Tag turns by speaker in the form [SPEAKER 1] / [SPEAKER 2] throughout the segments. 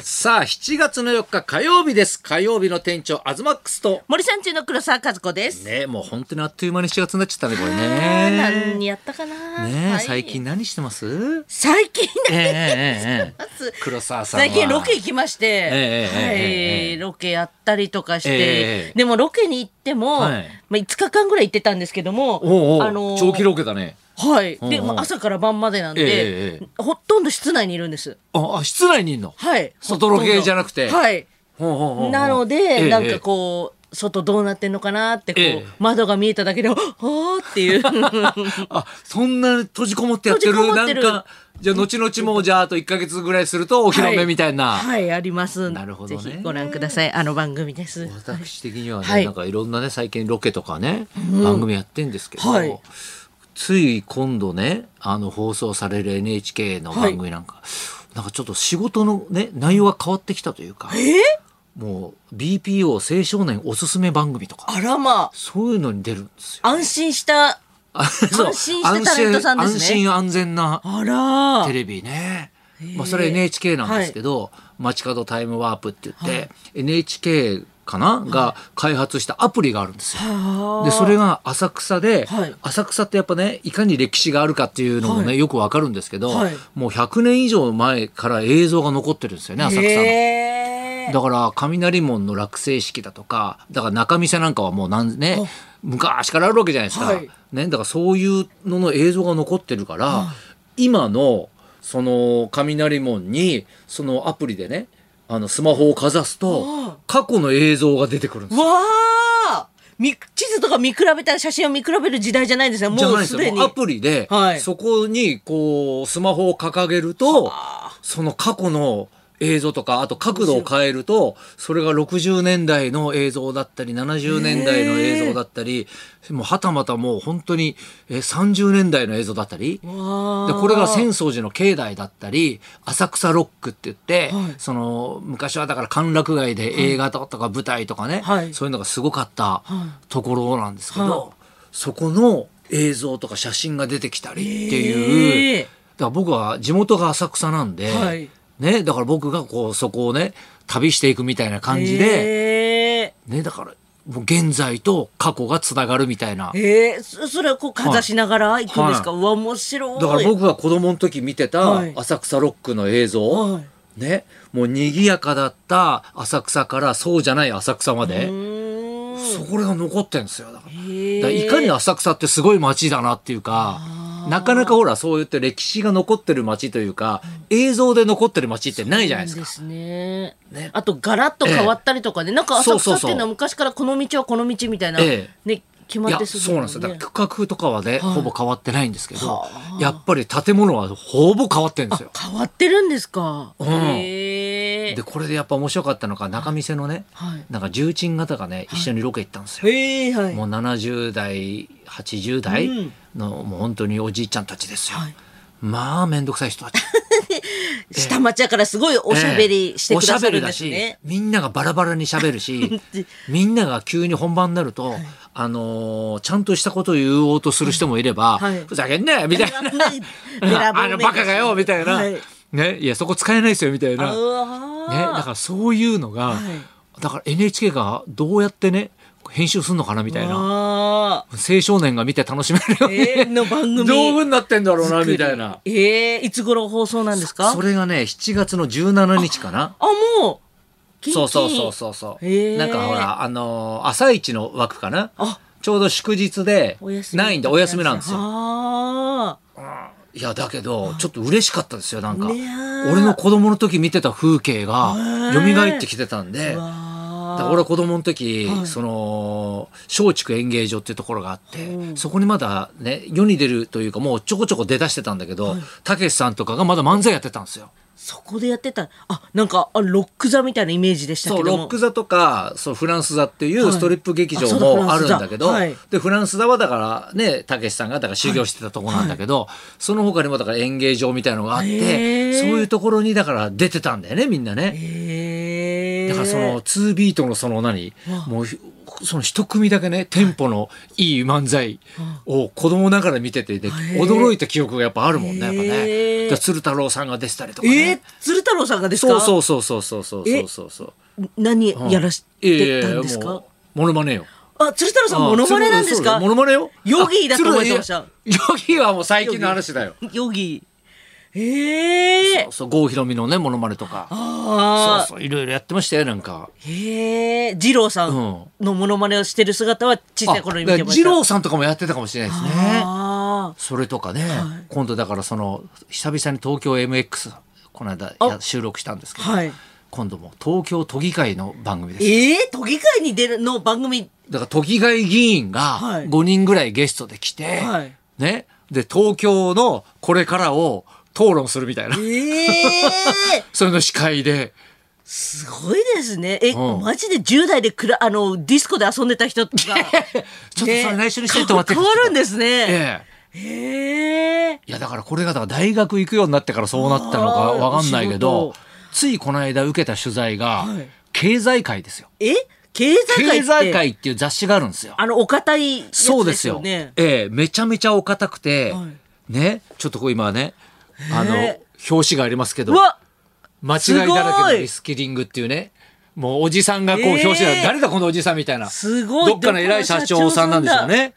[SPEAKER 1] さあ、7月の4日火曜日です。火曜日の店長、アズマックスと。
[SPEAKER 2] 森さん中の黒沢和子です。
[SPEAKER 1] ね、もう本当にあっという間に7月になっちゃったね、これ
[SPEAKER 2] あー
[SPEAKER 1] ね。
[SPEAKER 2] 何やったかな。
[SPEAKER 1] ね、
[SPEAKER 2] はい
[SPEAKER 1] 最近。何して ます
[SPEAKER 2] 最近
[SPEAKER 1] ええ
[SPEAKER 2] ね。
[SPEAKER 1] ええええ黒沢さんは。
[SPEAKER 2] 最近ロケ行きまして、
[SPEAKER 1] えええええ
[SPEAKER 2] は
[SPEAKER 1] え
[SPEAKER 2] い、ロケやったりとかして、
[SPEAKER 1] ええ
[SPEAKER 2] でもロケに行っても、
[SPEAKER 1] はい
[SPEAKER 2] まあ5日間ぐらい行ってたんですけども、
[SPEAKER 1] おうおう、
[SPEAKER 2] あのー
[SPEAKER 1] 長期ロケだね。
[SPEAKER 2] はい、
[SPEAKER 1] うん
[SPEAKER 2] で、
[SPEAKER 1] うん
[SPEAKER 2] まあ、朝から晩までなんで、
[SPEAKER 1] えええ
[SPEAKER 2] ほとんど室内にいるんです。
[SPEAKER 1] あ、あ室内にいんの
[SPEAKER 2] はい、
[SPEAKER 1] 外ロケじゃなくて
[SPEAKER 2] ほとんどはい、
[SPEAKER 1] ほうほうほうほう
[SPEAKER 2] なので、
[SPEAKER 1] ええ
[SPEAKER 2] なんかこう外どうなってんのかなってこう、
[SPEAKER 1] ええ
[SPEAKER 2] 窓が見えただけで、ああっていう。
[SPEAKER 1] ええあ、そんな閉じこもってやってる。
[SPEAKER 2] 閉じこもってる
[SPEAKER 1] なんか、じゃあ、後々もう、じゃあ、あと1ヶ月ぐらいすると、お披露目みたいな。
[SPEAKER 2] はい、はいあります。
[SPEAKER 1] なるほどね
[SPEAKER 2] ぜひご覧ください。あの番組です。
[SPEAKER 1] 私的にはね、
[SPEAKER 2] はい
[SPEAKER 1] なんかいろんなね最近ロケとかね、番組やってんですけど、
[SPEAKER 2] はい
[SPEAKER 1] つい今度ねあの放送される NHK の番組なんか、なんかちょっと仕事のね内容が変わってきたというか、もう BPO 青少年おすすめ番組とか
[SPEAKER 2] あらま
[SPEAKER 1] そういうのに出るんですよ。
[SPEAKER 2] あ、安心した。
[SPEAKER 1] あ そう
[SPEAKER 2] 安心してタレントさんですね
[SPEAKER 1] 安心安心安全な
[SPEAKER 2] あら
[SPEAKER 1] テレビね。
[SPEAKER 2] ー
[SPEAKER 1] まあ、それ NHK なんですけど、街角タイムワープって言って、NHK かなが開発したアプリがあるんですよ。
[SPEAKER 2] はあ
[SPEAKER 1] でそれが浅草で、
[SPEAKER 2] はい
[SPEAKER 1] 浅草ってやっぱねいかに歴史があるかっていうのもね、
[SPEAKER 2] はい
[SPEAKER 1] よくわかるんですけど、
[SPEAKER 2] はい
[SPEAKER 1] もう100年以上前から映像が残ってるんですよね浅草の。
[SPEAKER 2] へえ
[SPEAKER 1] だから雷門の落成式だとかだから仲見世なんかはもうなんね昔からあるわけじゃないですか、
[SPEAKER 2] はい
[SPEAKER 1] ね、だからそういうのの映像が残ってるから、今のその雷門にそのアプリでねあのスマホをかざす
[SPEAKER 2] あ
[SPEAKER 1] と過去の映像が出てくるんですよ
[SPEAKER 2] わあ。み地図とか見比べたら写真を見比べる時代じゃないんですよ。
[SPEAKER 1] じゃ
[SPEAKER 2] も
[SPEAKER 1] ないんで
[SPEAKER 2] う
[SPEAKER 1] す
[SPEAKER 2] す
[SPEAKER 1] よ
[SPEAKER 2] でに。
[SPEAKER 1] もうアプリで、
[SPEAKER 2] はい
[SPEAKER 1] そこにこうスマホを掲げると
[SPEAKER 2] あ
[SPEAKER 1] その過去の映像とかあと角度を変えるとそれが60年代の映像だったり70年代の映像だったりもうはたまたもう本当にえー30年代の映像だったり。
[SPEAKER 2] わあ
[SPEAKER 1] でこれが浅草寺の境内だったり浅草ロックって言って、
[SPEAKER 2] はい
[SPEAKER 1] その昔はだから歓楽街で映画とか舞台とかね、
[SPEAKER 2] はい
[SPEAKER 1] そういうのがすごかった
[SPEAKER 2] は
[SPEAKER 1] ところなんですけど、
[SPEAKER 2] は
[SPEAKER 1] そこの映像とか写真が出てきたりっていう、
[SPEAKER 2] へえ
[SPEAKER 1] だから僕は地元が浅草なんで、
[SPEAKER 2] はい
[SPEAKER 1] ね、だから僕がこうそこをね旅していくみたいな感じで、
[SPEAKER 2] へえ
[SPEAKER 1] ね、だからもう現在と過去がつながるみたいな。
[SPEAKER 2] へえそそれをこうかざしながら行くんですか。うわ面白い。
[SPEAKER 1] だから僕が子供の時見てた
[SPEAKER 2] はい
[SPEAKER 1] 浅草ロックの映像、
[SPEAKER 2] はい
[SPEAKER 1] ねもう賑やかだった浅草からそうじゃない浅草ま
[SPEAKER 2] う
[SPEAKER 1] で、
[SPEAKER 2] ーん。
[SPEAKER 1] そこらが残ってんですよだから
[SPEAKER 2] へえ
[SPEAKER 1] だからいかに浅草ってすごい街だなっていうかなかなかほらそういって歴史が残ってる街というか映像で残ってる街ってないじゃないですか。
[SPEAKER 2] そうですね
[SPEAKER 1] ね
[SPEAKER 2] あとガラッと変わったりとかね、なんか
[SPEAKER 1] そ
[SPEAKER 2] 浅
[SPEAKER 1] うそうそう
[SPEAKER 2] 草っていうのは昔からこの道はこの道みたいな、
[SPEAKER 1] え
[SPEAKER 2] ね決ま
[SPEAKER 1] い
[SPEAKER 2] っ
[SPEAKER 1] や
[SPEAKER 2] て
[SPEAKER 1] そうなんですよだ
[SPEAKER 2] ね
[SPEAKER 1] から区画とかはね、ほぼ変わってないんですけど
[SPEAKER 2] は
[SPEAKER 1] やっぱり建物はほぼ変わってるんですよ。
[SPEAKER 2] 変わってるんですか、
[SPEAKER 1] うん
[SPEAKER 2] へえ
[SPEAKER 1] でこれでやっぱ面白かったのが仲見世のね、
[SPEAKER 2] はい
[SPEAKER 1] なんか重鎮方がね一緒にロケ行ったんですよ。
[SPEAKER 2] へえはい
[SPEAKER 1] もう70代80代
[SPEAKER 2] うん
[SPEAKER 1] の、もう本当におじいちゃんたちですよ、
[SPEAKER 2] はい
[SPEAKER 1] まあ面倒くさい人たち
[SPEAKER 2] 下町やからすごいおしゃべりしてくださるんです
[SPEAKER 1] ええおしゃべりだ
[SPEAKER 2] ね
[SPEAKER 1] し、みんながバラバラにしゃべるしみんなが急に本番になると、あのーちゃんとしたことを言おうとする人もいれば、
[SPEAKER 2] はい
[SPEAKER 1] ふざけんなよみたいな
[SPEAKER 2] べらぼうめだ し
[SPEAKER 1] あのバカがよみたいな、
[SPEAKER 2] はい
[SPEAKER 1] ね、いやそこ使えないですよみたいな、
[SPEAKER 2] う
[SPEAKER 1] ね、
[SPEAKER 2] わー
[SPEAKER 1] だからそういうのが、
[SPEAKER 2] は
[SPEAKER 1] だから NHK がどうやってね編集するのかなみたいな
[SPEAKER 2] あ
[SPEAKER 1] 青少年が見て楽しめるよう
[SPEAKER 2] ー
[SPEAKER 1] に、
[SPEAKER 2] ええの番組
[SPEAKER 1] どういう風になってんだろうなみたいな。
[SPEAKER 2] ええいつ頃放送なんですか
[SPEAKER 1] それがね7月の17日かな。
[SPEAKER 2] あもうキンキン
[SPEAKER 1] そうそうそうそうそう。
[SPEAKER 2] へー
[SPEAKER 1] なんかほらあのー朝一の枠かな。
[SPEAKER 2] あ
[SPEAKER 1] ちょうど祝日で
[SPEAKER 2] お休み
[SPEAKER 1] ないんでお休みなんですよ。
[SPEAKER 2] あ
[SPEAKER 1] いやだけどちょっと嬉しかったですよなんか。
[SPEAKER 2] ねえ
[SPEAKER 1] 俺の子供の時見てた風景が
[SPEAKER 2] へ
[SPEAKER 1] 蘇
[SPEAKER 2] ー
[SPEAKER 1] ってきてたん
[SPEAKER 2] ー
[SPEAKER 1] で。
[SPEAKER 2] う
[SPEAKER 1] だから
[SPEAKER 2] わー
[SPEAKER 1] 俺は子供の時、
[SPEAKER 2] はい
[SPEAKER 1] その松竹演芸場っていうところがあって、
[SPEAKER 2] うん
[SPEAKER 1] そこにまだね世に出るというかもうちょこちょこ出だしてたんだけどたけしさんとかがまだ漫才やってたんですよ。
[SPEAKER 2] そこでやってたあなんかあロック座みたいなイメージでした
[SPEAKER 1] そ
[SPEAKER 2] け
[SPEAKER 1] う
[SPEAKER 2] ど
[SPEAKER 1] ロ
[SPEAKER 2] も
[SPEAKER 1] ック座とかそうフランス座ってい
[SPEAKER 2] は
[SPEAKER 1] う
[SPEAKER 2] い
[SPEAKER 1] ストリップ劇場
[SPEAKER 2] あそうだフ
[SPEAKER 1] も
[SPEAKER 2] ラ
[SPEAKER 1] あ
[SPEAKER 2] ン
[SPEAKER 1] るん
[SPEAKER 2] ス座
[SPEAKER 1] だけど、
[SPEAKER 2] はい
[SPEAKER 1] でフランス座はだからねたけしさんがだから修行してたとこなんだけど、その他にもだから演芸場みたいのがあっ
[SPEAKER 2] へ
[SPEAKER 1] て
[SPEAKER 2] ー
[SPEAKER 1] そういうところにだから出てたんだよねみんなね。
[SPEAKER 2] へえ
[SPEAKER 1] だからその2ビートのその何
[SPEAKER 2] わ
[SPEAKER 1] もうその一組だけねテンポのいい漫才を子供ながら見ててで
[SPEAKER 2] へー
[SPEAKER 1] 驚いた記憶がやっぱあるもんねやっぱ
[SPEAKER 2] へー
[SPEAKER 1] ね。だから鶴太郎さんが出てたりとかね
[SPEAKER 2] えー。、鶴太郎さんがです
[SPEAKER 1] そ
[SPEAKER 2] か
[SPEAKER 1] うそうそうそうそうそう
[SPEAKER 2] え
[SPEAKER 1] そうそう。
[SPEAKER 2] 何やらし
[SPEAKER 1] いやい
[SPEAKER 2] て
[SPEAKER 1] や
[SPEAKER 2] た
[SPEAKER 1] い
[SPEAKER 2] ん
[SPEAKER 1] や
[SPEAKER 2] ですか
[SPEAKER 1] もうモノマネよ。
[SPEAKER 2] あ、鶴太郎さん
[SPEAKER 1] ああ
[SPEAKER 2] モノマネなんです
[SPEAKER 1] そうだ
[SPEAKER 2] か
[SPEAKER 1] モノマネよ。
[SPEAKER 2] ヨギーだと思ってました
[SPEAKER 1] あ鶴いやヨギーはもう最近の話だよ。
[SPEAKER 2] ヨギええー、
[SPEAKER 1] そう郷ひろみのねモノマネとか。そう
[SPEAKER 2] ああ
[SPEAKER 1] そういろいろやってましたよなんか。
[SPEAKER 2] へえ二郎さんのモノマネをしてる姿は小さい頃に見てました
[SPEAKER 1] 二郎さんとかもやってたかもしれないですね。
[SPEAKER 2] あ
[SPEAKER 1] それとかね、今度だからその久々に東京 MX この間や収録したんですけど、
[SPEAKER 2] はい
[SPEAKER 1] 今度も東京都議会の番組で
[SPEAKER 2] ー
[SPEAKER 1] す。
[SPEAKER 2] ええー、都議会に出るの番組
[SPEAKER 1] だから都議会議員が
[SPEAKER 2] はい
[SPEAKER 1] 5人ぐらいゲストで来て、
[SPEAKER 2] はい
[SPEAKER 1] ね、で東京のこれからを討論するみ たいな、
[SPEAKER 2] ええー、
[SPEAKER 1] それの司会で。
[SPEAKER 2] すごいですねえ、
[SPEAKER 1] うん
[SPEAKER 2] マジで10代でくらあのディスコで遊んでた人がちょっ
[SPEAKER 1] ちょっとそれ内緒にしてってもらっていい
[SPEAKER 2] 変
[SPEAKER 1] です
[SPEAKER 2] わ
[SPEAKER 1] か
[SPEAKER 2] るんですね
[SPEAKER 1] ええ
[SPEAKER 2] へえ
[SPEAKER 1] いやだからこれがだから大学行くようになってからそうなったのか
[SPEAKER 2] あー
[SPEAKER 1] わかんないけ
[SPEAKER 2] お
[SPEAKER 1] ど
[SPEAKER 2] 仕
[SPEAKER 1] ついこの間受けた取材が、
[SPEAKER 2] はい
[SPEAKER 1] 経済界ですよ
[SPEAKER 2] え経済界って
[SPEAKER 1] 経済界っていう雑誌があるんですよ
[SPEAKER 2] あのお堅いやつ
[SPEAKER 1] そうです
[SPEAKER 2] よ
[SPEAKER 1] よ。
[SPEAKER 2] ね
[SPEAKER 1] ええめちゃめちゃお堅くて、
[SPEAKER 2] は
[SPEAKER 1] ね、ちょっとこう今ね、あの
[SPEAKER 2] へえ、
[SPEAKER 1] 表紙がありますけ
[SPEAKER 2] う
[SPEAKER 1] ど、
[SPEAKER 2] わ
[SPEAKER 1] 間違いだらけのリスキリングっていうね、もうおじさんがこう
[SPEAKER 2] ええ
[SPEAKER 1] 表紙だ、誰だこのおじさんみたいな。
[SPEAKER 2] すごい
[SPEAKER 1] どっかの偉い社長さんなんですよね。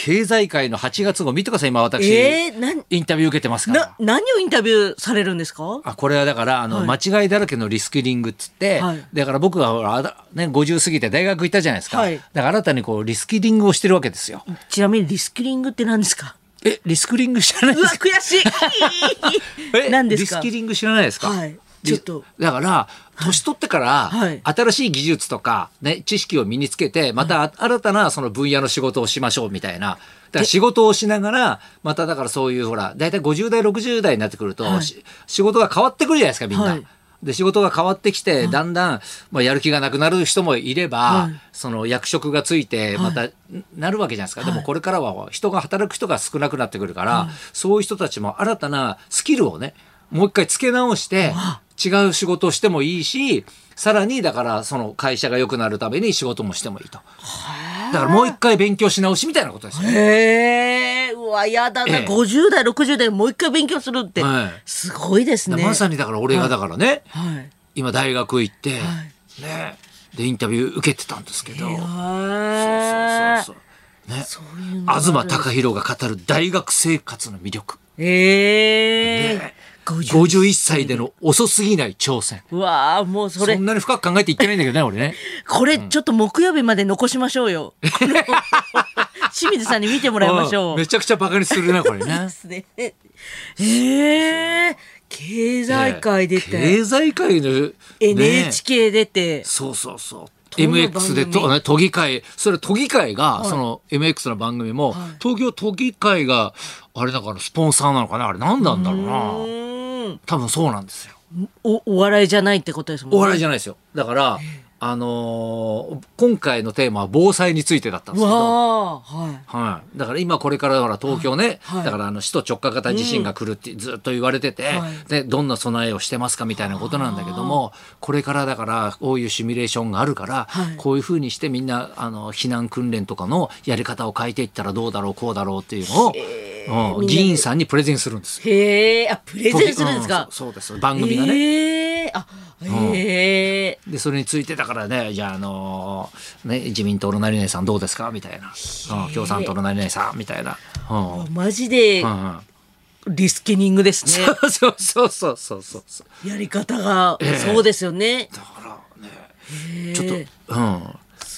[SPEAKER 1] 経済界の8月号見てください、今私、
[SPEAKER 2] えーなん
[SPEAKER 1] インタビュー受けてますから
[SPEAKER 2] な。何をインタビューされるんですか
[SPEAKER 1] あこれはだからあの、
[SPEAKER 2] は
[SPEAKER 1] 間違いだらけのリスキリングっつって、
[SPEAKER 2] はい
[SPEAKER 1] だから僕がほらあだね、50過ぎて大学行ったじゃないですか、
[SPEAKER 2] はい
[SPEAKER 1] だから新たにこうリスキリングをしてるわけですよ。
[SPEAKER 2] ちなみにリスキリングって何で すか
[SPEAKER 1] えリスキリング知らないうで
[SPEAKER 2] わ
[SPEAKER 1] すか
[SPEAKER 2] 悔し
[SPEAKER 1] え
[SPEAKER 2] い何ですか
[SPEAKER 1] リスキリング知らないですか
[SPEAKER 2] はい
[SPEAKER 1] リ
[SPEAKER 2] ちょっと
[SPEAKER 1] だから年取ってから、
[SPEAKER 2] はい
[SPEAKER 1] 新しい技術とか、ね、知識を身につけてまたあ新たなその分野の仕事をしましょうみたいなだから仕事をしながらまただからそういうほら大体50代60代になってくると、
[SPEAKER 2] はい
[SPEAKER 1] し仕事が変わってくるじゃないですかみんな。
[SPEAKER 2] はい
[SPEAKER 1] で仕事が変わってきてだんだん、まあ、やる気がなくなる人もいれば、
[SPEAKER 2] はい
[SPEAKER 1] その役職がついてまたなるわけじゃないですか、でもこれからは人が働く人が少なくなってくるから、そういう人たちも新たなスキルをねもう一回つけ直して違う仕事をしてもいいしさらにだからその会社が良くなるために仕事もしてもいいとだからもう一回勉強し直しみたいなことですよ。
[SPEAKER 2] へえうわやだな、
[SPEAKER 1] ええ
[SPEAKER 2] 50代60代もう一回勉強するって、
[SPEAKER 1] はい
[SPEAKER 2] すごいですね
[SPEAKER 1] まさにだから俺がだからね、
[SPEAKER 2] はい
[SPEAKER 1] 今大学行って、ねでインタビュー受けてたんですけど。
[SPEAKER 2] へえ
[SPEAKER 1] そうそうそうそうね
[SPEAKER 2] そういうの
[SPEAKER 1] 東貴博が語る大学生活の魅力
[SPEAKER 2] ええ
[SPEAKER 1] ね
[SPEAKER 2] 50
[SPEAKER 1] 51歳での遅すぎない挑戦
[SPEAKER 2] うわあもうそ
[SPEAKER 1] そ
[SPEAKER 2] れ
[SPEAKER 1] んなに深く考えていってないんだけどね俺ね
[SPEAKER 2] これちょっと木曜日まで残しましょ うよこの清水さんに見てもらいましょう
[SPEAKER 1] うんめちゃくちゃバカにするなこれ
[SPEAKER 2] で
[SPEAKER 1] ね
[SPEAKER 2] すねええ経済界出
[SPEAKER 1] ね
[SPEAKER 2] て、
[SPEAKER 1] 経済界の、ね、
[SPEAKER 2] NHK 出て、
[SPEAKER 1] そうそうそう
[SPEAKER 2] どんな番組
[SPEAKER 1] MX でと、ね、都議会それ都議会が、その MX の番組も、東京都議会があれだからスポンサーなのかなあれ何なんだろう
[SPEAKER 2] う
[SPEAKER 1] な
[SPEAKER 2] ーん
[SPEAKER 1] 多分そうなんですよ
[SPEAKER 2] おお笑いじゃないってことですもん
[SPEAKER 1] お笑いじゃないですよだから、あのー今回のテーマは防災についてだったんですけど
[SPEAKER 2] わあはい
[SPEAKER 1] はい、だから今これからほら東京ね、
[SPEAKER 2] はいはい
[SPEAKER 1] だからあの首都直下型地震が来るってずっと言われてて、
[SPEAKER 2] はい
[SPEAKER 1] でどんな備えをしてますかみたいなことなんだけどもこれからだからこういうシミュレーションがあるから、
[SPEAKER 2] はい
[SPEAKER 1] こういうふうにしてみんなあの避難訓練とかのやり方を変えていったらどうだろうこうだろうっていうのを、うん議員さんにプレゼンするんですよ。
[SPEAKER 2] へえ、あ、プレゼンするんです
[SPEAKER 1] う
[SPEAKER 2] か。
[SPEAKER 1] そうそうです番組がね、
[SPEAKER 2] へえ、あ、へえ。
[SPEAKER 1] でそれについてだからねじゃあ、あのね、自民党の何々さんどうですかみたいな、うん共産党の何々さんみたいな。うんうん
[SPEAKER 2] マジで
[SPEAKER 1] うん
[SPEAKER 2] リスキリングですね。
[SPEAKER 1] そうそうそうそうそうそう。
[SPEAKER 2] やり方が
[SPEAKER 1] ええ
[SPEAKER 2] そうですよね。
[SPEAKER 1] だからね、
[SPEAKER 2] へえ
[SPEAKER 1] ちょっと、うん。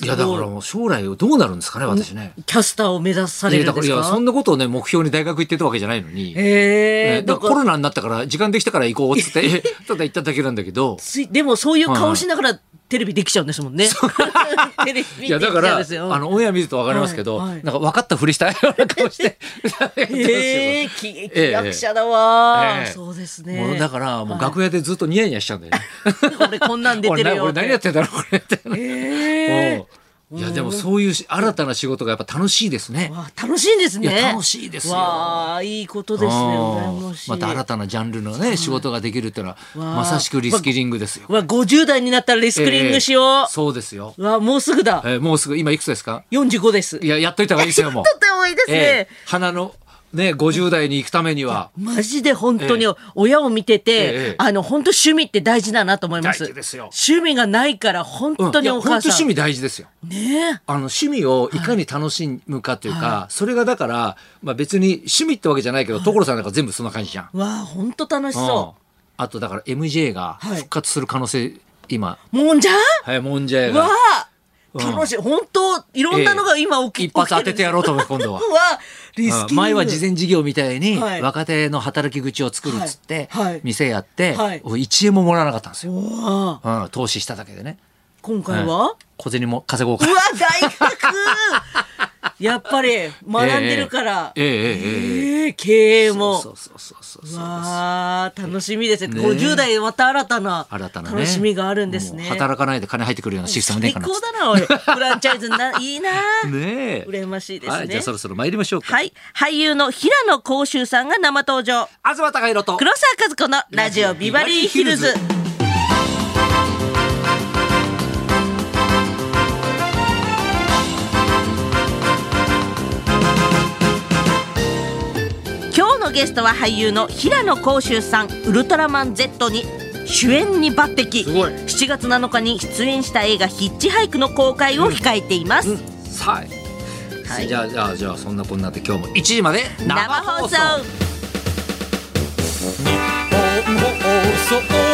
[SPEAKER 1] いや
[SPEAKER 2] す
[SPEAKER 1] だ
[SPEAKER 2] ごい
[SPEAKER 1] からもう将来どうなるんですかね私ね。
[SPEAKER 2] キャスターを目指さ
[SPEAKER 1] い
[SPEAKER 2] れ
[SPEAKER 1] や
[SPEAKER 2] る
[SPEAKER 1] だ
[SPEAKER 2] ん
[SPEAKER 1] か
[SPEAKER 2] で
[SPEAKER 1] らい
[SPEAKER 2] す
[SPEAKER 1] やそ
[SPEAKER 2] か。
[SPEAKER 1] んなことをね目標に大学行ってたわけじゃないのに。
[SPEAKER 2] へえ、
[SPEAKER 1] ねだ
[SPEAKER 2] だ
[SPEAKER 1] からコ
[SPEAKER 2] から
[SPEAKER 1] ロナになったから時間できたから行こうっつって ただ行っただけなんだけど。
[SPEAKER 2] ついでもそういう顔しながらテレビできちゃうんですもんね。 テレビでき
[SPEAKER 1] い
[SPEAKER 2] ち
[SPEAKER 1] や
[SPEAKER 2] ゃ
[SPEAKER 1] だか
[SPEAKER 2] うん
[SPEAKER 1] らあ
[SPEAKER 2] ですよ。
[SPEAKER 1] のオンエア見るとわかりますけど、
[SPEAKER 2] はいはい
[SPEAKER 1] なんか分かったふりしたような顔して。
[SPEAKER 2] へえ、喜劇役者だわ。そうですね。
[SPEAKER 1] もうだからもう楽屋でずっとニヤニヤしちゃうんだよね。
[SPEAKER 2] 俺こんなん出てるよ。
[SPEAKER 1] 俺な俺何やってんだろうこれって。
[SPEAKER 2] へえ
[SPEAKER 1] うんいやで もそういうし新たな仕事がやっぱ楽しいですね。
[SPEAKER 2] わあ楽しいんですね
[SPEAKER 1] いや楽しいですよ
[SPEAKER 2] わあいいことですね羨ましい
[SPEAKER 1] また新たなジャンルのね仕事ができるっていうのは
[SPEAKER 2] わあ
[SPEAKER 1] まさしくリスキリングですよ。
[SPEAKER 2] わ50代になったらリスクリングしよう、
[SPEAKER 1] ええそうですよ。
[SPEAKER 2] わもうすぐだ
[SPEAKER 1] えーもうすぐ今いくつですか？
[SPEAKER 2] 45です
[SPEAKER 1] いややっといた方がいいで すよもう。
[SPEAKER 2] とってもいいですね、
[SPEAKER 1] ええ花のね50代に行くためには
[SPEAKER 2] マジで本当に
[SPEAKER 1] え
[SPEAKER 2] 親を見てて、
[SPEAKER 1] ええ
[SPEAKER 2] あの本当趣味って大事だなと思います
[SPEAKER 1] 大事ですよ
[SPEAKER 2] 趣味がないから本
[SPEAKER 1] うん
[SPEAKER 2] 当に
[SPEAKER 1] いや
[SPEAKER 2] お母
[SPEAKER 1] 本当
[SPEAKER 2] さ
[SPEAKER 1] 趣
[SPEAKER 2] ん、
[SPEAKER 1] 味大事ですよ。
[SPEAKER 2] ねえ
[SPEAKER 1] あの趣味をいかに楽しむかというか、それがだから、まあ、別に趣味ってわけじゃないけど、所さんなんか全部そんな感じじゃん。
[SPEAKER 2] わあ本当楽し
[SPEAKER 1] うん
[SPEAKER 2] そ
[SPEAKER 1] あとだから MJ が
[SPEAKER 2] はい
[SPEAKER 1] 復活する可能性、今
[SPEAKER 2] う、もんじゃん
[SPEAKER 1] はいもんじゃや
[SPEAKER 2] わ
[SPEAKER 1] が
[SPEAKER 2] あ
[SPEAKER 1] うん
[SPEAKER 2] 楽しい、本当いろんなのが今起き,、
[SPEAKER 1] 一発当ててやろうと思う今度は。
[SPEAKER 2] うわリスキリン
[SPEAKER 1] う
[SPEAKER 2] グ
[SPEAKER 1] ん前は事前事業みたいに
[SPEAKER 2] はい
[SPEAKER 1] 若手の働き口を作るっつって
[SPEAKER 2] はいはい
[SPEAKER 1] 店やって
[SPEAKER 2] はい
[SPEAKER 1] 1円ももらわなかったんですよ、
[SPEAKER 2] うわあ
[SPEAKER 1] うん、投資しただけでね
[SPEAKER 2] 今回は、
[SPEAKER 1] 小銭も稼ごうか
[SPEAKER 2] う
[SPEAKER 1] な
[SPEAKER 2] わ大学 やっぱり学んでるから、
[SPEAKER 1] えええええええ
[SPEAKER 2] ええ経営も
[SPEAKER 1] そうそうそうそうそう
[SPEAKER 2] わあ楽しみですね
[SPEAKER 1] ね
[SPEAKER 2] 50代また新たな
[SPEAKER 1] 新たなね
[SPEAKER 2] 楽しみがあるんですね
[SPEAKER 1] もう働かないで金入ってくるようなシステムねえ
[SPEAKER 2] 最
[SPEAKER 1] かな
[SPEAKER 2] 高だなおいフランチャイズないいな
[SPEAKER 1] ねえ
[SPEAKER 2] 羨ましいですね
[SPEAKER 1] はいじゃあそろそろ参りましょうか
[SPEAKER 2] はい俳優の平野幸秀さんが生登場
[SPEAKER 1] 東貴弘と
[SPEAKER 2] 黒沢和子のラジオビバリーヒルズ今日のゲストは俳優の平野幸秀さんウルトラマン Z に主演に抜擢
[SPEAKER 1] すごい
[SPEAKER 2] 7月7日に出演した映画「ヒッチハイク」の公開を控えています、
[SPEAKER 1] さあ、
[SPEAKER 2] はい
[SPEAKER 1] じゃあじゃあじゃあそんなこんなで今日も1時まで
[SPEAKER 2] 生放送
[SPEAKER 1] 日本放送